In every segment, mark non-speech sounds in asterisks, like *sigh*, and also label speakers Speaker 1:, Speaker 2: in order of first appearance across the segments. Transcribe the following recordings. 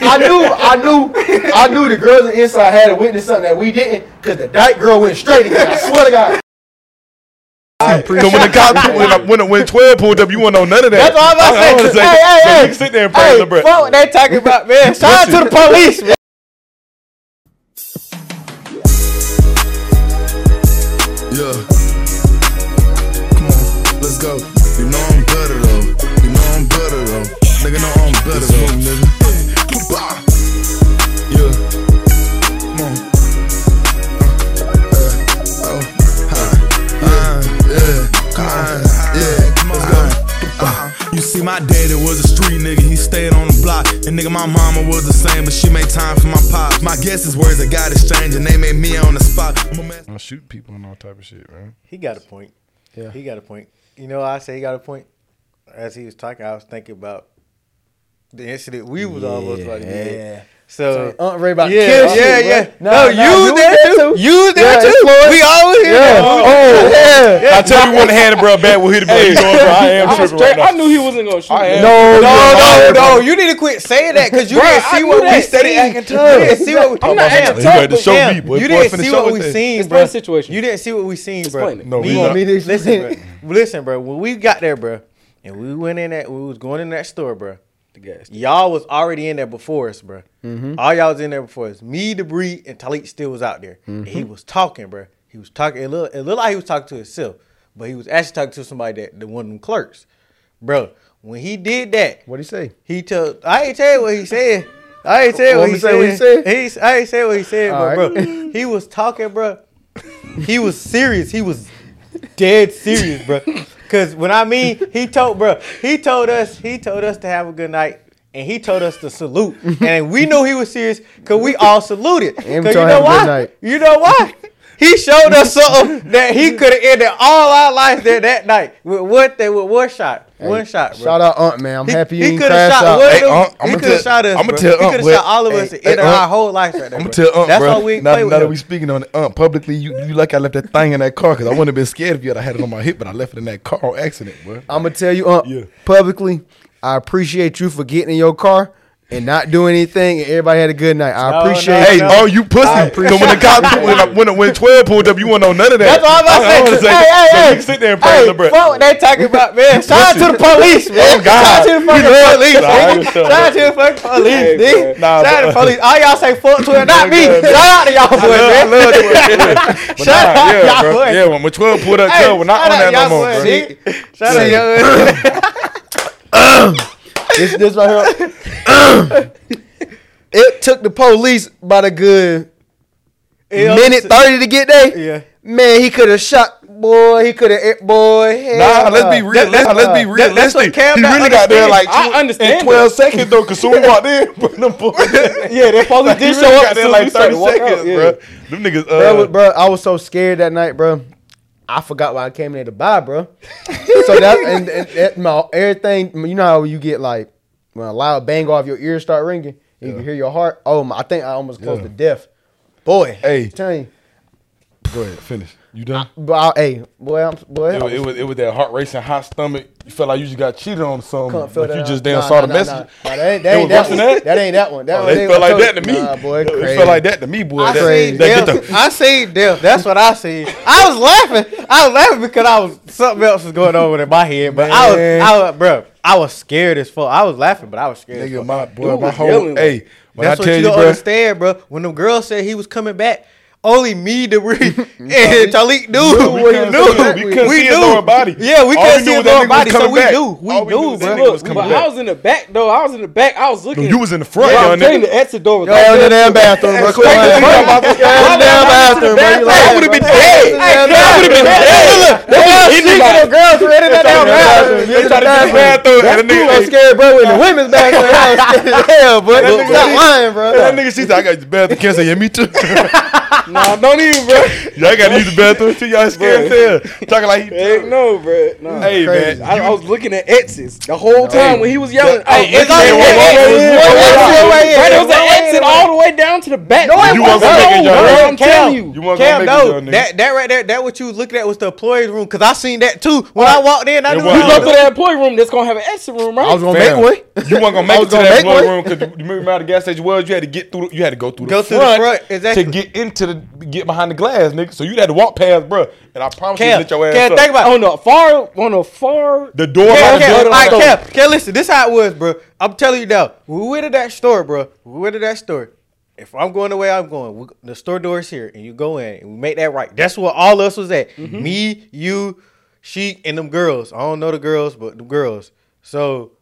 Speaker 1: I knew, I knew, I knew the girls on the inside had to witness something that we didn't, because the dyke girl went straight again. I swear to God.
Speaker 2: Because when the cop when, I- when when twelve pulled up, you won't know none of that.
Speaker 3: That's all I
Speaker 2: I wanna
Speaker 3: said.
Speaker 2: say, so
Speaker 3: Hey, hey,
Speaker 2: you
Speaker 3: hey.
Speaker 2: can sit there and pray in
Speaker 3: Hey,
Speaker 2: the breath.
Speaker 3: fuck what they talking about, man. Shout out to the police, man.
Speaker 4: Yeah. Come on, let's go. You know I'm better though. You know I'm better though. Nigga know I'm better though. nigga. Bah. Yeah. Come on. Uh, uh, oh, hi. Yeah. Yeah. Come on. Yeah. Let's go. Uh,
Speaker 5: Uh-huh. You see, my daddy was a street nigga, he stayed on the block. And nigga, my mama was the same, but she made time for my pops. My guess is words that got exchanged, and they made me on the spot. I'm a man-
Speaker 2: I'm shoot people and all type of shit, man.
Speaker 3: He got a point. Yeah. He got a point. You know, I say he got a point. As he was talking, I was thinking about the incident we was almost about to
Speaker 1: Yeah.
Speaker 3: get. So,
Speaker 1: Aunt Ray about to
Speaker 3: yeah,
Speaker 1: kill
Speaker 3: yeah,
Speaker 1: shit,
Speaker 3: yeah.
Speaker 1: bruh.
Speaker 3: No,
Speaker 1: Nah,
Speaker 3: you,
Speaker 1: nah, you
Speaker 3: there,
Speaker 1: there
Speaker 3: too.
Speaker 1: too.
Speaker 3: You there
Speaker 1: Yeah,
Speaker 3: too.
Speaker 1: Floyd.
Speaker 3: We always here.
Speaker 1: Yeah. Oh, yeah.
Speaker 2: I tell you one handed, bro, back will hit the button. You know, bro, I
Speaker 3: *laughs*
Speaker 2: am
Speaker 6: I,
Speaker 2: tripping right
Speaker 6: straight,
Speaker 2: now.
Speaker 6: I knew he wasn't gonna shoot.
Speaker 2: am.
Speaker 1: No,
Speaker 3: No, no,
Speaker 1: you-
Speaker 3: no. You need to quit saying that because you
Speaker 1: Bruh,
Speaker 3: didn't
Speaker 1: I
Speaker 3: see
Speaker 1: knew
Speaker 3: what we
Speaker 1: that
Speaker 3: studied.
Speaker 1: scene,
Speaker 3: You
Speaker 1: too.
Speaker 3: didn't see what we
Speaker 6: I'm not acting
Speaker 2: You had to
Speaker 6: tough.
Speaker 2: show
Speaker 6: Damn,
Speaker 2: me, boy. Boy,
Speaker 3: You didn't
Speaker 2: finna
Speaker 3: see
Speaker 2: show
Speaker 3: what
Speaker 2: us
Speaker 3: we
Speaker 2: that.
Speaker 3: seen,
Speaker 6: Explain
Speaker 3: bro.
Speaker 6: the situation.
Speaker 3: You didn't see what we seen, bro.
Speaker 6: Explain it.
Speaker 2: No, we
Speaker 1: You want me to explain
Speaker 3: listen,
Speaker 1: it?
Speaker 3: bro. listen, bro. When we got there, bro, and we went in that, we was going in that store, bro.
Speaker 6: The gas.
Speaker 3: Y'all was already in there before us, bro. All y'all was in there before us. Me, Debris, and Talik still was out there. And he was talking, bro. He was talking. It looked, it looked like he was talking to himself, but he was actually talking to somebody that, that one of them clerks, bro. When he did that,
Speaker 1: What'd he say?
Speaker 3: he told I ain't tell you what he said. I ain't tell you
Speaker 1: Want
Speaker 3: what
Speaker 1: me to
Speaker 3: he
Speaker 1: say
Speaker 3: said.
Speaker 1: what he said?
Speaker 3: He- I ain't say what he said, but
Speaker 1: All right.
Speaker 3: bro, he was talking, bro. He was serious. He was dead serious, bro. Cause when I mean, he told, bro, he told us, he told us to have a good night. And he told us to salute, and we knew he was serious because we all saluted.
Speaker 1: And we
Speaker 3: 'Cause
Speaker 1: told *laughs*
Speaker 3: you know
Speaker 1: him good
Speaker 3: why?
Speaker 1: night.
Speaker 3: You know why? He showed us something that he could have ended all our lives there that night with what they with one shot, one shot, bro.
Speaker 1: Shout out Aunt, man. I'm
Speaker 3: He-
Speaker 1: happy you
Speaker 3: he
Speaker 1: didn't
Speaker 3: coulda
Speaker 1: crash
Speaker 3: shot
Speaker 1: out.
Speaker 3: one of
Speaker 2: Hey,
Speaker 3: them-
Speaker 2: Unc,
Speaker 3: he
Speaker 2: I'ma
Speaker 3: coulda
Speaker 2: tell-
Speaker 3: shot us.
Speaker 2: I'ma
Speaker 3: bro.
Speaker 2: tell
Speaker 3: He
Speaker 2: Unc
Speaker 3: coulda
Speaker 2: what-
Speaker 3: shot all of us
Speaker 2: hey,
Speaker 3: and ended
Speaker 2: hey,
Speaker 3: our
Speaker 2: Unc,
Speaker 3: whole life right there.
Speaker 2: I'm
Speaker 3: bro.
Speaker 2: tell um,
Speaker 3: That's
Speaker 2: bro.
Speaker 3: why we ain't
Speaker 2: now,
Speaker 3: play with
Speaker 2: now that
Speaker 3: him.
Speaker 2: we speaking on it, um, publicly, you, you like I left that thing in that car because I wouldn't have been scared if you had I had it on my hip, but I left it in that car on accident, bro.
Speaker 1: I'm gonna tell you Aunt,
Speaker 2: Yeah.
Speaker 1: publicly. I appreciate you for getting in your car and not doing anything. And everybody had a good night. I appreciate.
Speaker 3: no,
Speaker 2: Hey,
Speaker 3: no.
Speaker 2: oh, you pussy!
Speaker 1: I
Speaker 2: 'Cause when the cop when, I- when when twelve pulled up, you won't know none of that.
Speaker 3: That's all
Speaker 2: I, I
Speaker 3: I
Speaker 2: wanna
Speaker 3: said.
Speaker 2: say,
Speaker 3: Hey,
Speaker 2: so
Speaker 3: hey,
Speaker 2: you
Speaker 3: hey.
Speaker 2: can sit there and pray in
Speaker 3: Hey,
Speaker 2: the breath.
Speaker 3: fuck what they talking about, man. Shout out to the police, man.
Speaker 2: Oh, God.
Speaker 3: Shout out to the fucking police, nigga. Shout out to the fucking police,
Speaker 2: Nah,
Speaker 3: nigga. Shout out to the
Speaker 2: but-
Speaker 3: police. All y'all say fuck to it, not me.
Speaker 2: God,
Speaker 3: Shout out to y'all boys, man. *laughs*
Speaker 2: But nah,
Speaker 3: Shout out
Speaker 2: yeah,
Speaker 3: y'all
Speaker 2: bro.
Speaker 3: boys.
Speaker 2: Yeah, when when twelve pulled up, hey, we're not on that
Speaker 3: shout out
Speaker 2: no
Speaker 3: y'all
Speaker 2: more,
Speaker 3: boys,
Speaker 2: bro.
Speaker 3: nigga. Shout out y'all boys.
Speaker 1: This, this right here. it took the police about a good
Speaker 3: Yeah,
Speaker 1: minute thirty to get there.
Speaker 3: Yeah.
Speaker 1: Man, he could have shot. Boy, he could have. Boy, hell
Speaker 2: Nah, let's be
Speaker 1: no.
Speaker 2: real. Let's, let's be
Speaker 3: that- that's
Speaker 2: realistic.
Speaker 3: what Cam
Speaker 2: he
Speaker 3: not
Speaker 2: really got there like
Speaker 3: understand.
Speaker 6: I understand
Speaker 2: in twelve seconds though, because soon we walked in, but them boys-
Speaker 6: Yeah, that police
Speaker 2: he
Speaker 6: did
Speaker 2: really
Speaker 6: show up.
Speaker 2: got there
Speaker 6: as soon
Speaker 2: like
Speaker 6: as we started
Speaker 2: thirty
Speaker 6: to walk
Speaker 2: seconds,
Speaker 6: out, yeah.
Speaker 2: bro. Them niggas,
Speaker 1: Bro,
Speaker 2: uh,
Speaker 1: wa- bro, I was so scared that night, bro. I forgot why I came there to buy, bro. so
Speaker 2: *laughs*
Speaker 1: that and, and that my everything. You know how you get like when a loud bang off your ears start ringing, and you can hear your heart. Oh my! I think I almost close
Speaker 2: Yeah.
Speaker 1: to death. Boy,
Speaker 2: Hey.
Speaker 1: I'm telling you,
Speaker 2: go ahead, finish. You done?
Speaker 1: but I, hey, boy, I'm boy. I
Speaker 2: It, wa-
Speaker 1: was-
Speaker 2: it was it was that heart racing, hot stomach. You felt like you just got cheated on something.
Speaker 1: can't feel
Speaker 2: Like
Speaker 1: that
Speaker 2: you
Speaker 1: out.
Speaker 2: just damn
Speaker 1: Nah,
Speaker 2: saw the
Speaker 1: nah, nah,
Speaker 2: message.
Speaker 1: nah. Nah, that ain't that
Speaker 2: It
Speaker 1: ain't
Speaker 2: was
Speaker 1: that
Speaker 2: worse
Speaker 1: one.
Speaker 2: than that?
Speaker 1: That ain't that one. That
Speaker 2: Oh,
Speaker 1: one-
Speaker 2: they
Speaker 1: that one
Speaker 2: felt like
Speaker 1: told
Speaker 2: that to
Speaker 1: you.
Speaker 2: me.
Speaker 1: Nah, boy,
Speaker 2: It
Speaker 1: crazy.
Speaker 2: felt like that to me, boy.
Speaker 3: I
Speaker 2: That-
Speaker 3: seen
Speaker 2: that get the-
Speaker 3: death. I seen death. That's what I seen. I was laughing. I was laughing because I was something else was going on in my head. But I was, I was, bro, I was scared as fuck. I was laughing, but I was scared. as
Speaker 2: Nigga,
Speaker 3: fuck.
Speaker 2: my boy,
Speaker 6: Dude
Speaker 2: my
Speaker 6: was
Speaker 2: whole
Speaker 6: yelling.
Speaker 2: hey. When I
Speaker 3: That's what
Speaker 2: tell
Speaker 3: you
Speaker 2: you,
Speaker 3: don't
Speaker 2: bro,
Speaker 3: understand, bro. When the girl said he was coming back, only me,
Speaker 2: *laughs*
Speaker 3: Debris, and Talik knew.
Speaker 1: what
Speaker 3: We
Speaker 1: he was
Speaker 3: knew.
Speaker 1: coming back
Speaker 2: we
Speaker 1: with.
Speaker 2: couldn't
Speaker 3: We
Speaker 2: see his
Speaker 3: knew.
Speaker 2: lower body.
Speaker 3: Yeah, we
Speaker 2: All knew
Speaker 3: couldn't see
Speaker 2: was
Speaker 3: his
Speaker 2: that nigga
Speaker 3: lower
Speaker 2: was
Speaker 3: body, so
Speaker 2: coming
Speaker 3: we
Speaker 2: back.
Speaker 3: knew. We
Speaker 2: All
Speaker 3: knew,
Speaker 2: was that
Speaker 3: bro.
Speaker 2: nigga was
Speaker 6: Look,
Speaker 2: coming
Speaker 6: but I
Speaker 2: back.
Speaker 6: was in the back though. I was in the back. I was looking.
Speaker 2: You was in the front,
Speaker 6: Bro,
Speaker 2: young
Speaker 6: I'm telling you,
Speaker 2: nigga.
Speaker 6: the exit door was
Speaker 1: Go in the
Speaker 6: right there.
Speaker 1: damn bathroom, bro. Come
Speaker 2: Straight to the
Speaker 1: on.
Speaker 2: front, my boy.
Speaker 1: Go in the damn bathroom, bro. You
Speaker 2: I
Speaker 1: lying,
Speaker 2: would have been
Speaker 1: bro.
Speaker 2: dead. I would have been dead.
Speaker 1: Them girls were in that damn bathroom.
Speaker 2: They tried to get in the bathroom, and the
Speaker 1: Dude, I'm
Speaker 2: nigga,
Speaker 1: scared, bro. In the women's bathroom, I was scared as hell, bro.
Speaker 2: nigga-
Speaker 1: Stop lying, bro.
Speaker 2: that nigga, she said, "I got the bathroom." Can't say, "Yeah, me too."
Speaker 6: Nah, don't even, bro.
Speaker 2: Y'all got to use the bathroom too. Y'all scared as hell. Talking like he.
Speaker 6: Heck no, bro. Nah.
Speaker 2: Hey
Speaker 1: Crazy.
Speaker 2: man,
Speaker 6: I, I was looking at exits the whole time when he was yelling. Oh,
Speaker 2: Hey, exit,
Speaker 6: I was looking at
Speaker 2: wait, wait, wait, wait, wait,
Speaker 6: exits. Bro,
Speaker 2: wait,
Speaker 6: there was an exit all the way down to the the back.
Speaker 1: No, it
Speaker 6: You
Speaker 1: wasn't.
Speaker 6: wasn't
Speaker 1: No,
Speaker 6: making
Speaker 1: no,
Speaker 6: your
Speaker 1: no,
Speaker 6: own.
Speaker 1: I'm
Speaker 6: I'm telling you.
Speaker 3: You
Speaker 2: You weren't gonna
Speaker 3: Cam,
Speaker 2: make it,
Speaker 3: no,
Speaker 2: young nigga.
Speaker 3: that, that right there, that what you was looking at was the employees room. Cause I seen that too when I walked in. I
Speaker 2: It
Speaker 3: knew
Speaker 2: wasn't.
Speaker 6: You
Speaker 3: I
Speaker 6: go
Speaker 2: No.
Speaker 6: to that employee room. That's gonna have an exit room, right?
Speaker 1: I was gonna
Speaker 2: Fam,
Speaker 1: make one.
Speaker 2: You weren't gonna
Speaker 1: I
Speaker 2: make
Speaker 1: was
Speaker 2: it to
Speaker 1: gonna
Speaker 2: that
Speaker 1: make
Speaker 2: blood
Speaker 1: one.
Speaker 2: room because you remember how the gas station was. You had to get through. You had to go through.
Speaker 3: Go
Speaker 2: the
Speaker 3: through the
Speaker 2: front
Speaker 3: front, exactly.
Speaker 2: To get into the get behind the glass, nigga. So you had to walk past, bro. And I promise you,
Speaker 3: Cam,
Speaker 2: lit your ass
Speaker 3: Cam,
Speaker 2: up.
Speaker 3: think about it.
Speaker 6: on the Oh, far, on the far.
Speaker 2: the door. by
Speaker 3: Cam,
Speaker 2: the door
Speaker 3: Cam, all right,
Speaker 2: door.
Speaker 3: Cam, Cam, listen, this how it was, bro. I'm telling you now. We went to that store, bro. We went to that store. If I'm going the way I'm going, we, the store door is here, and you go in and we make that right. That's where all us was at.
Speaker 6: Mm-hmm.
Speaker 3: Me, you, she, and them girls. I don't know the girls, but the girls. So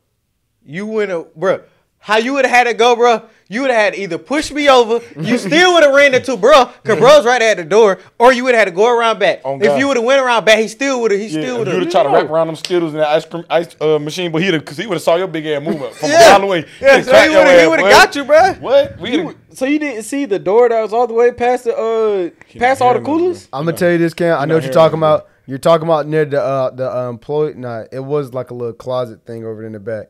Speaker 3: you would have, bro. How you would have had to go, bro? You would have had to either push me over.
Speaker 6: *laughs*
Speaker 3: You still would have ran into bro, cause bro's right at the door, or you would have had to go around back.
Speaker 2: On
Speaker 3: if
Speaker 2: God.
Speaker 3: you would have went around back, he still would have. He
Speaker 2: Yeah,
Speaker 3: still
Speaker 2: you
Speaker 3: would
Speaker 2: would
Speaker 3: have.
Speaker 2: have tried to wrap around them Skittles in that ice cream ice uh, machine, but he'd because he would have saw your big ass movement from
Speaker 3: Yeah.
Speaker 2: a mile away.
Speaker 3: Yeah,
Speaker 2: He'd
Speaker 3: so
Speaker 2: crack
Speaker 3: he
Speaker 2: your
Speaker 3: would've- he
Speaker 2: ass,
Speaker 3: would've
Speaker 2: boy.
Speaker 3: got you, bruh.
Speaker 2: What? We
Speaker 6: You,
Speaker 2: done-
Speaker 6: so you didn't see the door that was all the way past the uh, past all the
Speaker 2: hearing nothing,
Speaker 6: coolers.
Speaker 1: I'm gonna tell you this, Cam. I know what you're talking about. You're talking about near the uh, the uh, employee. Nah, it was like a little closet thing over in the back.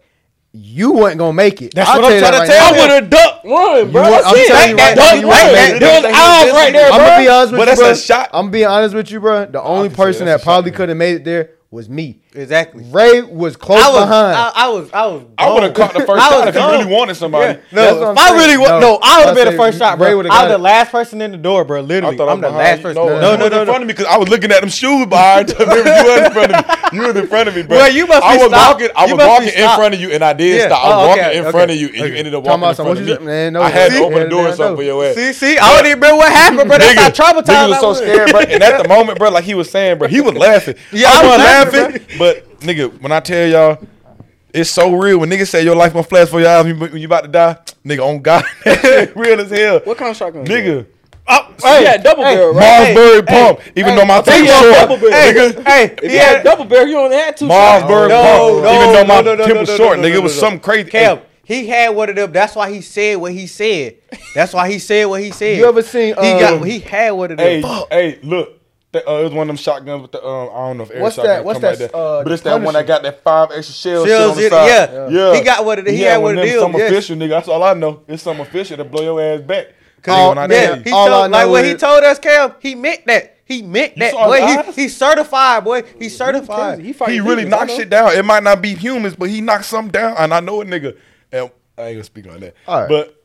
Speaker 1: You wasn't gonna make it.
Speaker 3: That's
Speaker 1: I'll
Speaker 3: what I'm
Speaker 1: you that
Speaker 3: trying to
Speaker 1: right
Speaker 3: tell
Speaker 1: now.
Speaker 6: I would have ducked, run, bro.
Speaker 1: wa-
Speaker 6: That's
Speaker 1: I'm
Speaker 6: it.
Speaker 1: telling
Speaker 6: That,
Speaker 1: you
Speaker 6: that,
Speaker 1: right now,
Speaker 6: duck,
Speaker 1: you right
Speaker 6: that,
Speaker 1: now.
Speaker 6: there was eyes right there,
Speaker 1: I'm
Speaker 6: bro.
Speaker 1: gonna be honest with
Speaker 2: But
Speaker 1: you,
Speaker 2: that's
Speaker 1: bro.
Speaker 2: a shot.
Speaker 1: I'm being honest with you, bro. The only
Speaker 2: can say
Speaker 1: person that
Speaker 2: that's a shot,
Speaker 1: probably
Speaker 2: man.
Speaker 1: could have made it there was me.
Speaker 3: Exactly.
Speaker 1: Ray was close
Speaker 3: I was,
Speaker 1: behind.
Speaker 3: I, I was, I was.
Speaker 2: *laughs* I would have
Speaker 3: gone.
Speaker 2: caught the first
Speaker 3: I was
Speaker 2: shot if you
Speaker 3: gone.
Speaker 2: really wanted somebody.
Speaker 3: No,
Speaker 1: That's what
Speaker 3: if
Speaker 1: I'm
Speaker 3: I
Speaker 1: saying.
Speaker 3: really wa- no,
Speaker 1: No,
Speaker 3: I would have
Speaker 1: I
Speaker 3: been the
Speaker 1: said
Speaker 3: first shot,
Speaker 1: Ray
Speaker 3: bro.
Speaker 1: would've
Speaker 3: I
Speaker 1: got
Speaker 3: was the
Speaker 1: it.
Speaker 3: last person in the door, bro.
Speaker 2: I
Speaker 3: Literally,
Speaker 2: thought
Speaker 3: I'm the
Speaker 2: behind
Speaker 3: last
Speaker 2: you.
Speaker 3: person.
Speaker 2: No,
Speaker 3: No,
Speaker 2: you
Speaker 3: no,
Speaker 2: was
Speaker 3: no,
Speaker 2: in front
Speaker 3: no.
Speaker 2: of me because I was looking at them shoes behind. you was in front of me. You was in front of me, bro.
Speaker 3: Well, you must
Speaker 2: I
Speaker 3: be
Speaker 2: was
Speaker 3: stopped.
Speaker 2: walking. I was
Speaker 3: You must be
Speaker 2: walking in
Speaker 3: stopped.
Speaker 2: front of you, and I did
Speaker 3: Yeah.
Speaker 2: stop. I was
Speaker 3: Oh,
Speaker 2: walking
Speaker 3: okay,
Speaker 2: in
Speaker 3: okay.
Speaker 2: front of you, and you
Speaker 1: Okay.
Speaker 2: ended up
Speaker 1: Talking
Speaker 2: walking in
Speaker 1: about some-
Speaker 2: front of
Speaker 1: what
Speaker 2: me.
Speaker 1: you said, man, no,
Speaker 2: I had
Speaker 1: see?
Speaker 2: to open the
Speaker 1: Yeah,
Speaker 2: door or
Speaker 1: man,
Speaker 2: something
Speaker 1: no.
Speaker 2: for your ass.
Speaker 3: See, see, I don't even remember what happened, bro. That's
Speaker 2: Niggas- niggas
Speaker 3: how traumatized
Speaker 2: was
Speaker 3: I
Speaker 2: so
Speaker 3: was.
Speaker 2: scared, bro. And at the moment, bro, like he was saying, bro, he was
Speaker 3: *laughs*
Speaker 2: laughing. Yeah, I,
Speaker 3: I was
Speaker 2: was
Speaker 3: laughing,
Speaker 2: laughing. But nigga, when I tell y'all, it's so real. When niggas say your life gonna flash for your eyes when you- when you about to die, nigga, on God, *laughs* real as hell.
Speaker 6: What kind of shotgun?
Speaker 2: nigga?
Speaker 6: hey, yeah, double barrel, right?
Speaker 2: Marlsberry pump. even though my
Speaker 6: Hey,
Speaker 2: thing
Speaker 6: yeah,
Speaker 2: short,
Speaker 6: double barrel.
Speaker 2: nigga.
Speaker 3: Hey,
Speaker 6: If
Speaker 3: he
Speaker 6: you had a
Speaker 3: had
Speaker 6: double barrel, you only had two.
Speaker 2: Marlsberg
Speaker 3: No,
Speaker 2: pump.
Speaker 3: no,
Speaker 2: even though my
Speaker 3: no, no, no,
Speaker 2: tip was
Speaker 3: no, no,
Speaker 2: short,
Speaker 3: no,
Speaker 2: nigga,
Speaker 3: no,
Speaker 2: it was
Speaker 3: no.
Speaker 2: something crazy.
Speaker 3: Cam. He had one of them. That's why he said what he said. That's why he said what he said.
Speaker 1: You ever seen,
Speaker 3: He got.
Speaker 1: um,
Speaker 3: He had one of
Speaker 2: Hey,
Speaker 3: them. Fuck.
Speaker 2: hey, look. That, uh, it was one of them shotguns with the um, I don't know if air
Speaker 1: What's
Speaker 2: shotgun
Speaker 1: that- what's
Speaker 2: come like
Speaker 1: that,
Speaker 2: that,
Speaker 1: uh,
Speaker 2: but it's that one
Speaker 1: Punisher?
Speaker 2: that got that five extra shells. shit
Speaker 3: Chills
Speaker 2: on the
Speaker 3: it-
Speaker 2: side.
Speaker 3: yeah. He got one of the- he had one of them,
Speaker 2: Some
Speaker 3: yes.
Speaker 2: official nigga. That's all I know. It's some official that blow your ass back.
Speaker 1: Oh,
Speaker 2: Nigga, when I
Speaker 3: Yeah,
Speaker 2: tell
Speaker 3: he
Speaker 2: you- uh,
Speaker 1: All I
Speaker 3: told, like
Speaker 1: know
Speaker 3: what
Speaker 1: is-
Speaker 3: he told us, Cam. He meant that. He meant that.
Speaker 2: saw his
Speaker 3: Boy,
Speaker 2: eyes?
Speaker 3: he, he's certified, boy. He's certified.
Speaker 2: he, really knocked shit down. It might not be humans, but he knocked something down. And I know a nigga. And I ain't gonna speak on that.
Speaker 1: All right.
Speaker 2: But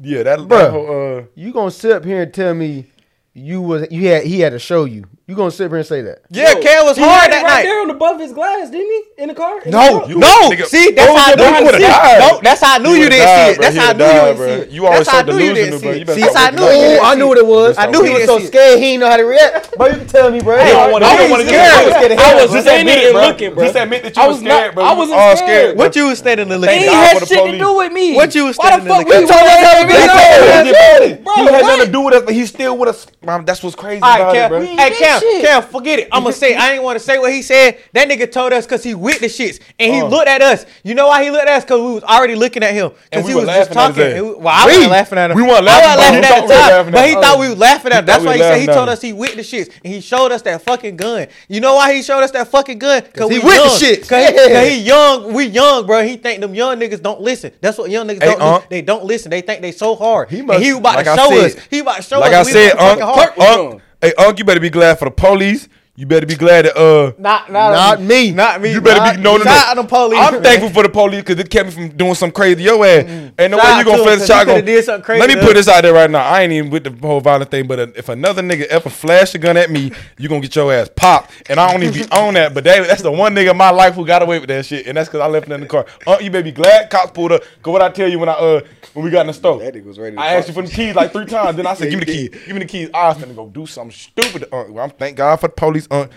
Speaker 2: yeah, that, that
Speaker 1: Bruh.
Speaker 2: whole, uh,
Speaker 1: you gonna sit up here and tell me you was you had he had to show you. You gonna sit up here and say that?
Speaker 3: Yeah, Cam was
Speaker 6: He
Speaker 3: hard
Speaker 6: had it
Speaker 3: that
Speaker 6: right
Speaker 3: night.
Speaker 6: there on the above his glass, didn't he? In the car? In the
Speaker 2: No,
Speaker 6: car?
Speaker 2: you-
Speaker 3: No,
Speaker 2: nigga,
Speaker 3: see, that's
Speaker 2: those
Speaker 3: how I
Speaker 2: niggas
Speaker 3: knew you
Speaker 2: would've
Speaker 3: didn't see
Speaker 2: died.
Speaker 3: it. No, that's how I knew
Speaker 2: He
Speaker 3: you
Speaker 2: would've
Speaker 3: didn't see
Speaker 2: died, bruh.
Speaker 3: it.
Speaker 2: He
Speaker 3: That's how I
Speaker 2: would've
Speaker 3: knew you
Speaker 2: died,
Speaker 3: didn't
Speaker 2: bruh.
Speaker 3: see it.
Speaker 2: You always
Speaker 3: That's how
Speaker 2: so
Speaker 3: I knew you
Speaker 2: delusional,
Speaker 3: didn't
Speaker 2: bruh.
Speaker 3: see
Speaker 2: You
Speaker 3: it.
Speaker 2: better
Speaker 3: See,
Speaker 2: stop
Speaker 3: that's how I
Speaker 2: waking up.
Speaker 3: knew you
Speaker 1: Oh,
Speaker 3: didn't
Speaker 1: I
Speaker 3: see
Speaker 1: knew
Speaker 3: it.
Speaker 1: what it was.
Speaker 3: I knew
Speaker 1: was
Speaker 3: he didn't
Speaker 1: so
Speaker 3: see it.
Speaker 1: scared. He ain't know how to react, bro. You tell me, bro.
Speaker 2: I wanna- I wanna hear it.
Speaker 1: scared.
Speaker 6: I was
Speaker 2: Bruh,
Speaker 6: just
Speaker 2: admit
Speaker 6: in
Speaker 2: it,
Speaker 6: it and
Speaker 2: bruh.
Speaker 6: looking, bro.
Speaker 2: Just admit that you was scared, bruh.
Speaker 6: I
Speaker 2: We
Speaker 6: was
Speaker 2: all
Speaker 6: Oh, scared.
Speaker 2: scared, bruh.
Speaker 3: What you was standing there
Speaker 6: It
Speaker 3: looking
Speaker 6: ain't
Speaker 2: God for
Speaker 3: at?
Speaker 6: had
Speaker 2: the
Speaker 6: shit to
Speaker 2: police.
Speaker 6: do with me.
Speaker 3: What you was
Speaker 6: Why the
Speaker 3: standing
Speaker 6: fuck
Speaker 3: in the
Speaker 6: we
Speaker 3: car?
Speaker 6: was standing
Speaker 1: They told us
Speaker 6: there? Bro,
Speaker 1: that we did it.
Speaker 6: bro,
Speaker 2: he had nothing
Speaker 6: what?
Speaker 2: to do with us, but he still with us. Mom, that's what's crazy
Speaker 3: All right,
Speaker 2: about it,
Speaker 3: Cam.
Speaker 2: bro.
Speaker 3: Hey,
Speaker 6: did
Speaker 3: Cam,
Speaker 6: shit.
Speaker 3: Cam, forget it. I'm *laughs* gonna say I didn't want to say what he said. That nigga told us because he witnessed shits and
Speaker 2: Oh.
Speaker 3: he looked at us. You know why he looked at us? Because we was already looking at him
Speaker 2: And
Speaker 3: because
Speaker 2: we
Speaker 3: he
Speaker 2: were
Speaker 3: was just
Speaker 2: laughing at his
Speaker 3: talking.
Speaker 2: ass.
Speaker 3: And we- Well, I
Speaker 2: We-
Speaker 3: wasn't laughing at him.
Speaker 2: we weren't
Speaker 3: I
Speaker 2: laughing,
Speaker 3: wasn't
Speaker 2: but he
Speaker 3: laughing at
Speaker 2: thought we
Speaker 3: the
Speaker 2: were
Speaker 3: time,
Speaker 2: laughing
Speaker 3: but
Speaker 2: at
Speaker 3: he
Speaker 2: him.
Speaker 3: thought we was laughing at him.
Speaker 2: He thought
Speaker 3: That's
Speaker 2: we
Speaker 3: why he
Speaker 2: was
Speaker 3: said he
Speaker 2: laughing at
Speaker 3: told
Speaker 2: him.
Speaker 3: us he witnessed shits and he showed us that fucking gun. You know why he showed us that fucking gun? Because
Speaker 1: he witnessed shits.
Speaker 3: Because he, 'cause
Speaker 1: Yeah.
Speaker 3: he young. We young, bro. He think them young niggas don't listen. That's what young niggas
Speaker 2: Hey,
Speaker 3: don't
Speaker 2: Unc.
Speaker 3: do. They don't listen. They think they so hard.
Speaker 2: He
Speaker 3: He
Speaker 2: must-
Speaker 3: and he about
Speaker 2: like
Speaker 3: to
Speaker 2: I
Speaker 3: show
Speaker 2: said-
Speaker 3: us. He about to show
Speaker 2: like I
Speaker 3: us. we
Speaker 2: said,
Speaker 3: fucking
Speaker 2: Unc,
Speaker 3: hard.
Speaker 2: Unc, hey, Unc, you better be glad for the police. You better be glad that uh,
Speaker 3: Not,
Speaker 1: Not me.
Speaker 3: Not me.
Speaker 2: you better
Speaker 3: not
Speaker 2: be no, no, no.
Speaker 3: Shout out to the police.
Speaker 2: I'm thankful for the police because it kept me from doing some crazy yo ass. Ain't no
Speaker 3: Mm. Shout
Speaker 2: way
Speaker 3: out
Speaker 2: you
Speaker 3: to
Speaker 2: gonna flash
Speaker 3: 'em, 'cause
Speaker 2: a
Speaker 3: you
Speaker 2: shotgun.
Speaker 3: coulda did something crazy
Speaker 2: Let me
Speaker 3: to
Speaker 2: put
Speaker 3: us.
Speaker 2: this out there right now. I ain't even with the whole violent thing, but uh, if another nigga ever flash a gun at me, you gonna get your ass popped. And I don't even
Speaker 3: *laughs*
Speaker 2: be on that, but that, that's the one nigga in my life who got away with that shit, and that's because I left it in the car. Unc, you better be glad cops pulled up. Cause what I tell you when I uh when we got in the store,
Speaker 7: That nigga was ready to
Speaker 2: I asked you for the keys like three times. Then I said, "Give
Speaker 7: *laughs*
Speaker 2: me the keys. Give me the keys." I was finna go do something stupid. To Unc. Well, I'm thank God for the police. Unc,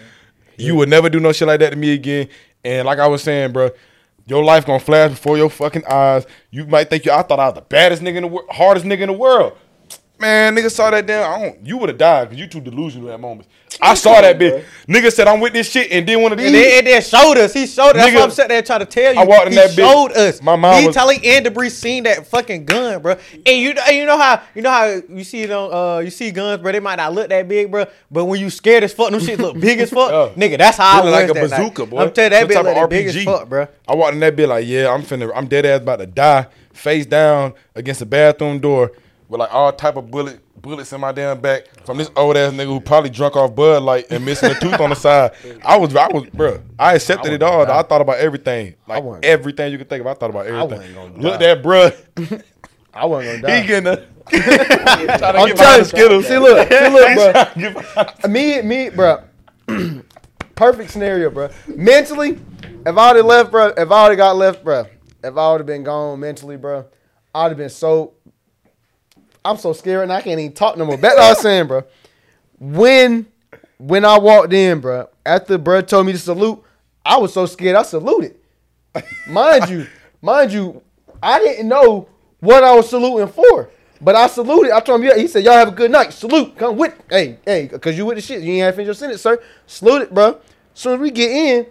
Speaker 2: you would never do no shit like that to me again. And like I was saying, bro, your life gonna flash before your fucking eyes. You might think you. I thought I was the baddest nigga in the world, hardest nigga in the world. Man, nigga saw that damn. I don't, you would have died because you too delusional at moments. I saw that bitch. Nigga said I'm with this shit and didn't want to be.
Speaker 3: And then, and then showed us. He showed us. That's
Speaker 2: Nigga,
Speaker 3: what I'm sitting there trying to tell you.
Speaker 2: I walked in
Speaker 3: he
Speaker 2: that bitch.
Speaker 3: showed us.
Speaker 2: My mom
Speaker 3: He
Speaker 2: was-
Speaker 3: Tully and Debris seen that fucking gun, bro. And you, and you know how you know how you see it on, uh, you see guns, bro. They might not look that big, bro. But when you scared as fuck, them shit look
Speaker 2: *laughs*
Speaker 3: big as fuck,
Speaker 2: Yeah.
Speaker 3: nigga. That's how I was
Speaker 2: Feeling like a
Speaker 3: that night.
Speaker 2: bazooka, boy.
Speaker 3: I'm telling you, that
Speaker 2: Some
Speaker 3: bitch
Speaker 2: type
Speaker 3: look
Speaker 2: of
Speaker 3: big as
Speaker 2: RPG.
Speaker 3: fuck, bro.
Speaker 2: I walked in that bit like, yeah, I'm finna, I'm dead ass about to die, face down against the bathroom door. with like all type of bullet bullets in my damn back from this old ass nigga who probably drunk off Bud Light and missing a tooth on the side. I was, I was, bro. I accepted it all. I thought about everything, like
Speaker 1: wouldn't-
Speaker 2: everything you could think of. I thought about
Speaker 1: wasn't
Speaker 2: everything.
Speaker 1: gonna
Speaker 2: Looked at bro.
Speaker 3: *laughs*
Speaker 1: I wasn't gonna
Speaker 2: *laughs*
Speaker 1: die.
Speaker 2: He getting *laughs* a. trying
Speaker 1: I'm telling you,
Speaker 3: *laughs*
Speaker 1: see, look, see, look, bro.
Speaker 2: bro.
Speaker 1: me, me, bro. *clears throat* Perfect scenario, bro. Mentally, if I would have left, bro, if I would have got left, bro, if I would have been gone mentally, bro, I'd have been so. I'm so scared and I can't even talk no more. That's what I was saying, bro. When, when I walked in, bro, after bro told me to salute, I was so scared I saluted. Mind you, mind you, I didn't know what I was saluting for. But I saluted. I told him, yeah, he said, y'all have a good night. Salute. Come with, hey, hey, because you with the shit. You ain't had to finish your sentence, sir. Salute it, bro. Soon as we get in,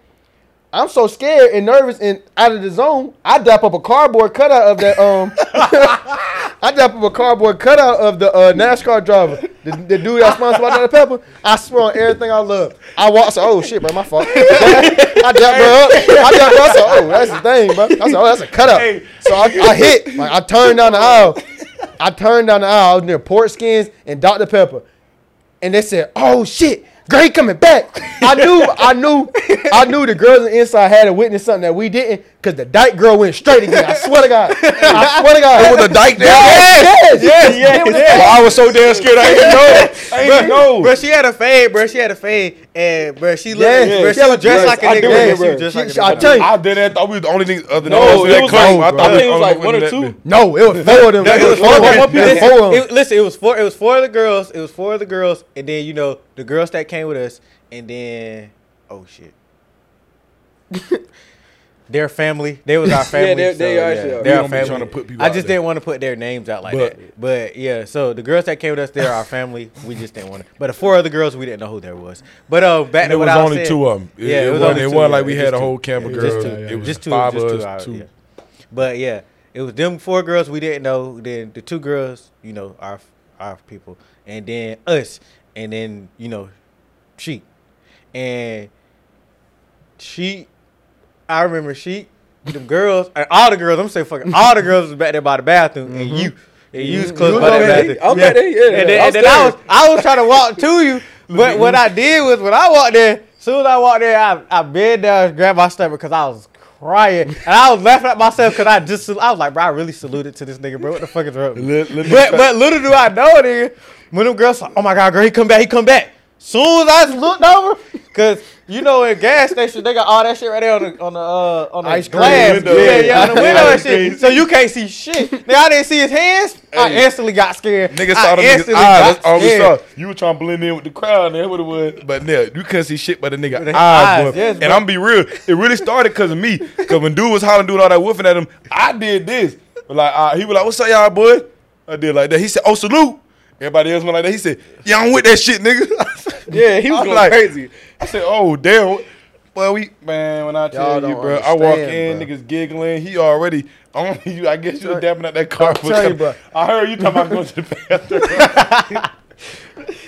Speaker 1: I'm so scared and nervous and out of the zone. I dap up a cardboard cutout of that, um, *laughs* I dap up a cardboard cutout of the uh, NASCAR driver, the, the dude that's sponsored by Dr. Pepper. I swear on everything I love. I walk, I said, oh shit, bro, my fault. *laughs* I dap bro up. I dap bro. I said, oh, that's the thing, bro. I said, oh, that's a cutout. So I, I hit. Like, I turned down the aisle. I turned down the aisle. I was near Port Skins and Dr. Pepper, and they said, oh shit. Gray coming back. I knew, I knew, I knew the girls on the inside had to witness something that we didn't, cause the dyke girl went straight again. I swear to God, I swear to God.
Speaker 8: With the dyke there.
Speaker 1: Yes, yes, yes.
Speaker 2: Oh, I was so damn scared. I didn't
Speaker 3: *laughs*
Speaker 2: know. I didn't know.
Speaker 3: Bro, she had a fade, bro. She had a fade, and bro, she looked,
Speaker 1: Yeah,
Speaker 3: bro,
Speaker 1: yeah,
Speaker 3: she was dressed
Speaker 1: yeah,
Speaker 3: like a
Speaker 1: I
Speaker 3: nigga.
Speaker 1: do
Speaker 3: bro.
Speaker 1: remember.
Speaker 3: She was dressed
Speaker 1: She-
Speaker 3: like a
Speaker 1: I
Speaker 3: nigga.
Speaker 1: tell you,
Speaker 2: I did that. I thought we was the only niggas other than
Speaker 8: No,
Speaker 2: us in
Speaker 8: it
Speaker 2: that
Speaker 8: was
Speaker 2: class.
Speaker 8: like-
Speaker 2: I thought
Speaker 8: I
Speaker 2: we
Speaker 8: think it was like
Speaker 2: only
Speaker 8: one or
Speaker 2: that
Speaker 8: two.
Speaker 2: bit.
Speaker 1: no, it was four of them.
Speaker 2: it was four of them.
Speaker 1: It was four of them.
Speaker 3: It- listen, it was four. It was four of the girls. It was four of the girls, and then you know the girls that came with us, and then oh shit, *laughs* their family. They
Speaker 2: *laughs*
Speaker 3: was our family.
Speaker 6: they're- they
Speaker 3: so,
Speaker 6: are
Speaker 3: yeah,
Speaker 6: actually
Speaker 3: they're
Speaker 6: our- We
Speaker 2: don't
Speaker 3: our
Speaker 2: be
Speaker 3: family.
Speaker 2: trying to put people
Speaker 3: I
Speaker 2: out
Speaker 3: just
Speaker 2: there.
Speaker 3: didn't want to put their names out like
Speaker 2: But-
Speaker 3: that. But yeah, so the girls that came with us, they're our family. We just didn't want to. But the four other girls, we didn't know who there was. But uh, back
Speaker 2: And
Speaker 3: to
Speaker 2: it
Speaker 3: what
Speaker 2: was
Speaker 3: I
Speaker 2: only
Speaker 3: saying.
Speaker 2: two of them.
Speaker 3: Yeah, it was
Speaker 2: wasn't-
Speaker 3: only
Speaker 2: It
Speaker 3: two,
Speaker 2: wasn't
Speaker 3: yeah,
Speaker 2: like we
Speaker 3: it
Speaker 2: had
Speaker 3: just
Speaker 2: a
Speaker 3: two.
Speaker 2: whole camp of
Speaker 3: Just
Speaker 2: girls.
Speaker 3: two.
Speaker 2: It was
Speaker 3: just two,
Speaker 2: five
Speaker 3: just two
Speaker 2: of
Speaker 3: hours,
Speaker 2: us. Two.
Speaker 3: yeah. But yeah, it was them four girls we didn't know. Then the two girls, you know, our our people, and then us, and then you know, she, and she. I remember she, the girls, and all the girls. I'm saying fucking all the girls was back there by the bathroom,
Speaker 2: Mm-hmm.
Speaker 3: and you. And you was close
Speaker 6: You
Speaker 3: by
Speaker 6: was
Speaker 3: that
Speaker 6: over
Speaker 3: bathroom.
Speaker 6: there. I'm back there, yeah.
Speaker 3: And then,
Speaker 6: I'm
Speaker 3: and then I
Speaker 6: scared.
Speaker 3: was I was trying to walk to you, but what I did was when I walked there, soon as I walked there, I, I bent down and grabbed my stomach because I was crying. And I was laughing at myself because I just, I was like, bro, I really saluted to this nigga, bro. What the fuck is wrong? with me?"
Speaker 2: Let- let me
Speaker 3: but, but little do I know, nigga, when them girls, like, oh my God, girl, he come back, he come back. Soon as I looked over, because, you know, in gas station, they got all that shit right there on the, on the, uh, on the
Speaker 1: Ice cream
Speaker 3: glass.
Speaker 2: window.
Speaker 3: Yeah, yeah, on
Speaker 2: Ice
Speaker 3: the window and
Speaker 2: cream.
Speaker 3: shit. So you can't see shit. Nigga, I didn't see his hands. I instantly got scared.
Speaker 2: Niggas
Speaker 3: I
Speaker 2: saw the niggas'
Speaker 3: instantly
Speaker 2: eyes. That's
Speaker 3: got
Speaker 2: all we
Speaker 3: scared.
Speaker 2: saw. You were trying to blend in with the crowd, and that's what it was. But yeah, you couldn't see shit but the nigga
Speaker 3: the
Speaker 2: eyes.
Speaker 3: eyes,
Speaker 2: boy.
Speaker 3: yes,
Speaker 2: and
Speaker 3: bro.
Speaker 2: I'm be real, it really started because of me. Because when dude was hollering, doing all that woofing at him, I did this. But like uh, he was like, "What's up, y'all, boy?" I did like that. He said, "Oh, salute." Everybody else went like that. He said, "Y'all with that shit, nigga." *laughs*
Speaker 6: Yeah, he was
Speaker 2: I
Speaker 6: going
Speaker 2: like-
Speaker 6: crazy.
Speaker 2: I said, "Oh, damn." Well, we man, when I tell
Speaker 1: Y'all
Speaker 2: you,
Speaker 1: don't
Speaker 2: bro, I walk in,
Speaker 1: understand, bro.
Speaker 2: niggas giggling. He already on *laughs* you. I guess you were dapping at that car.
Speaker 1: tell you, bro.
Speaker 2: I heard you talking about going to the bathroom.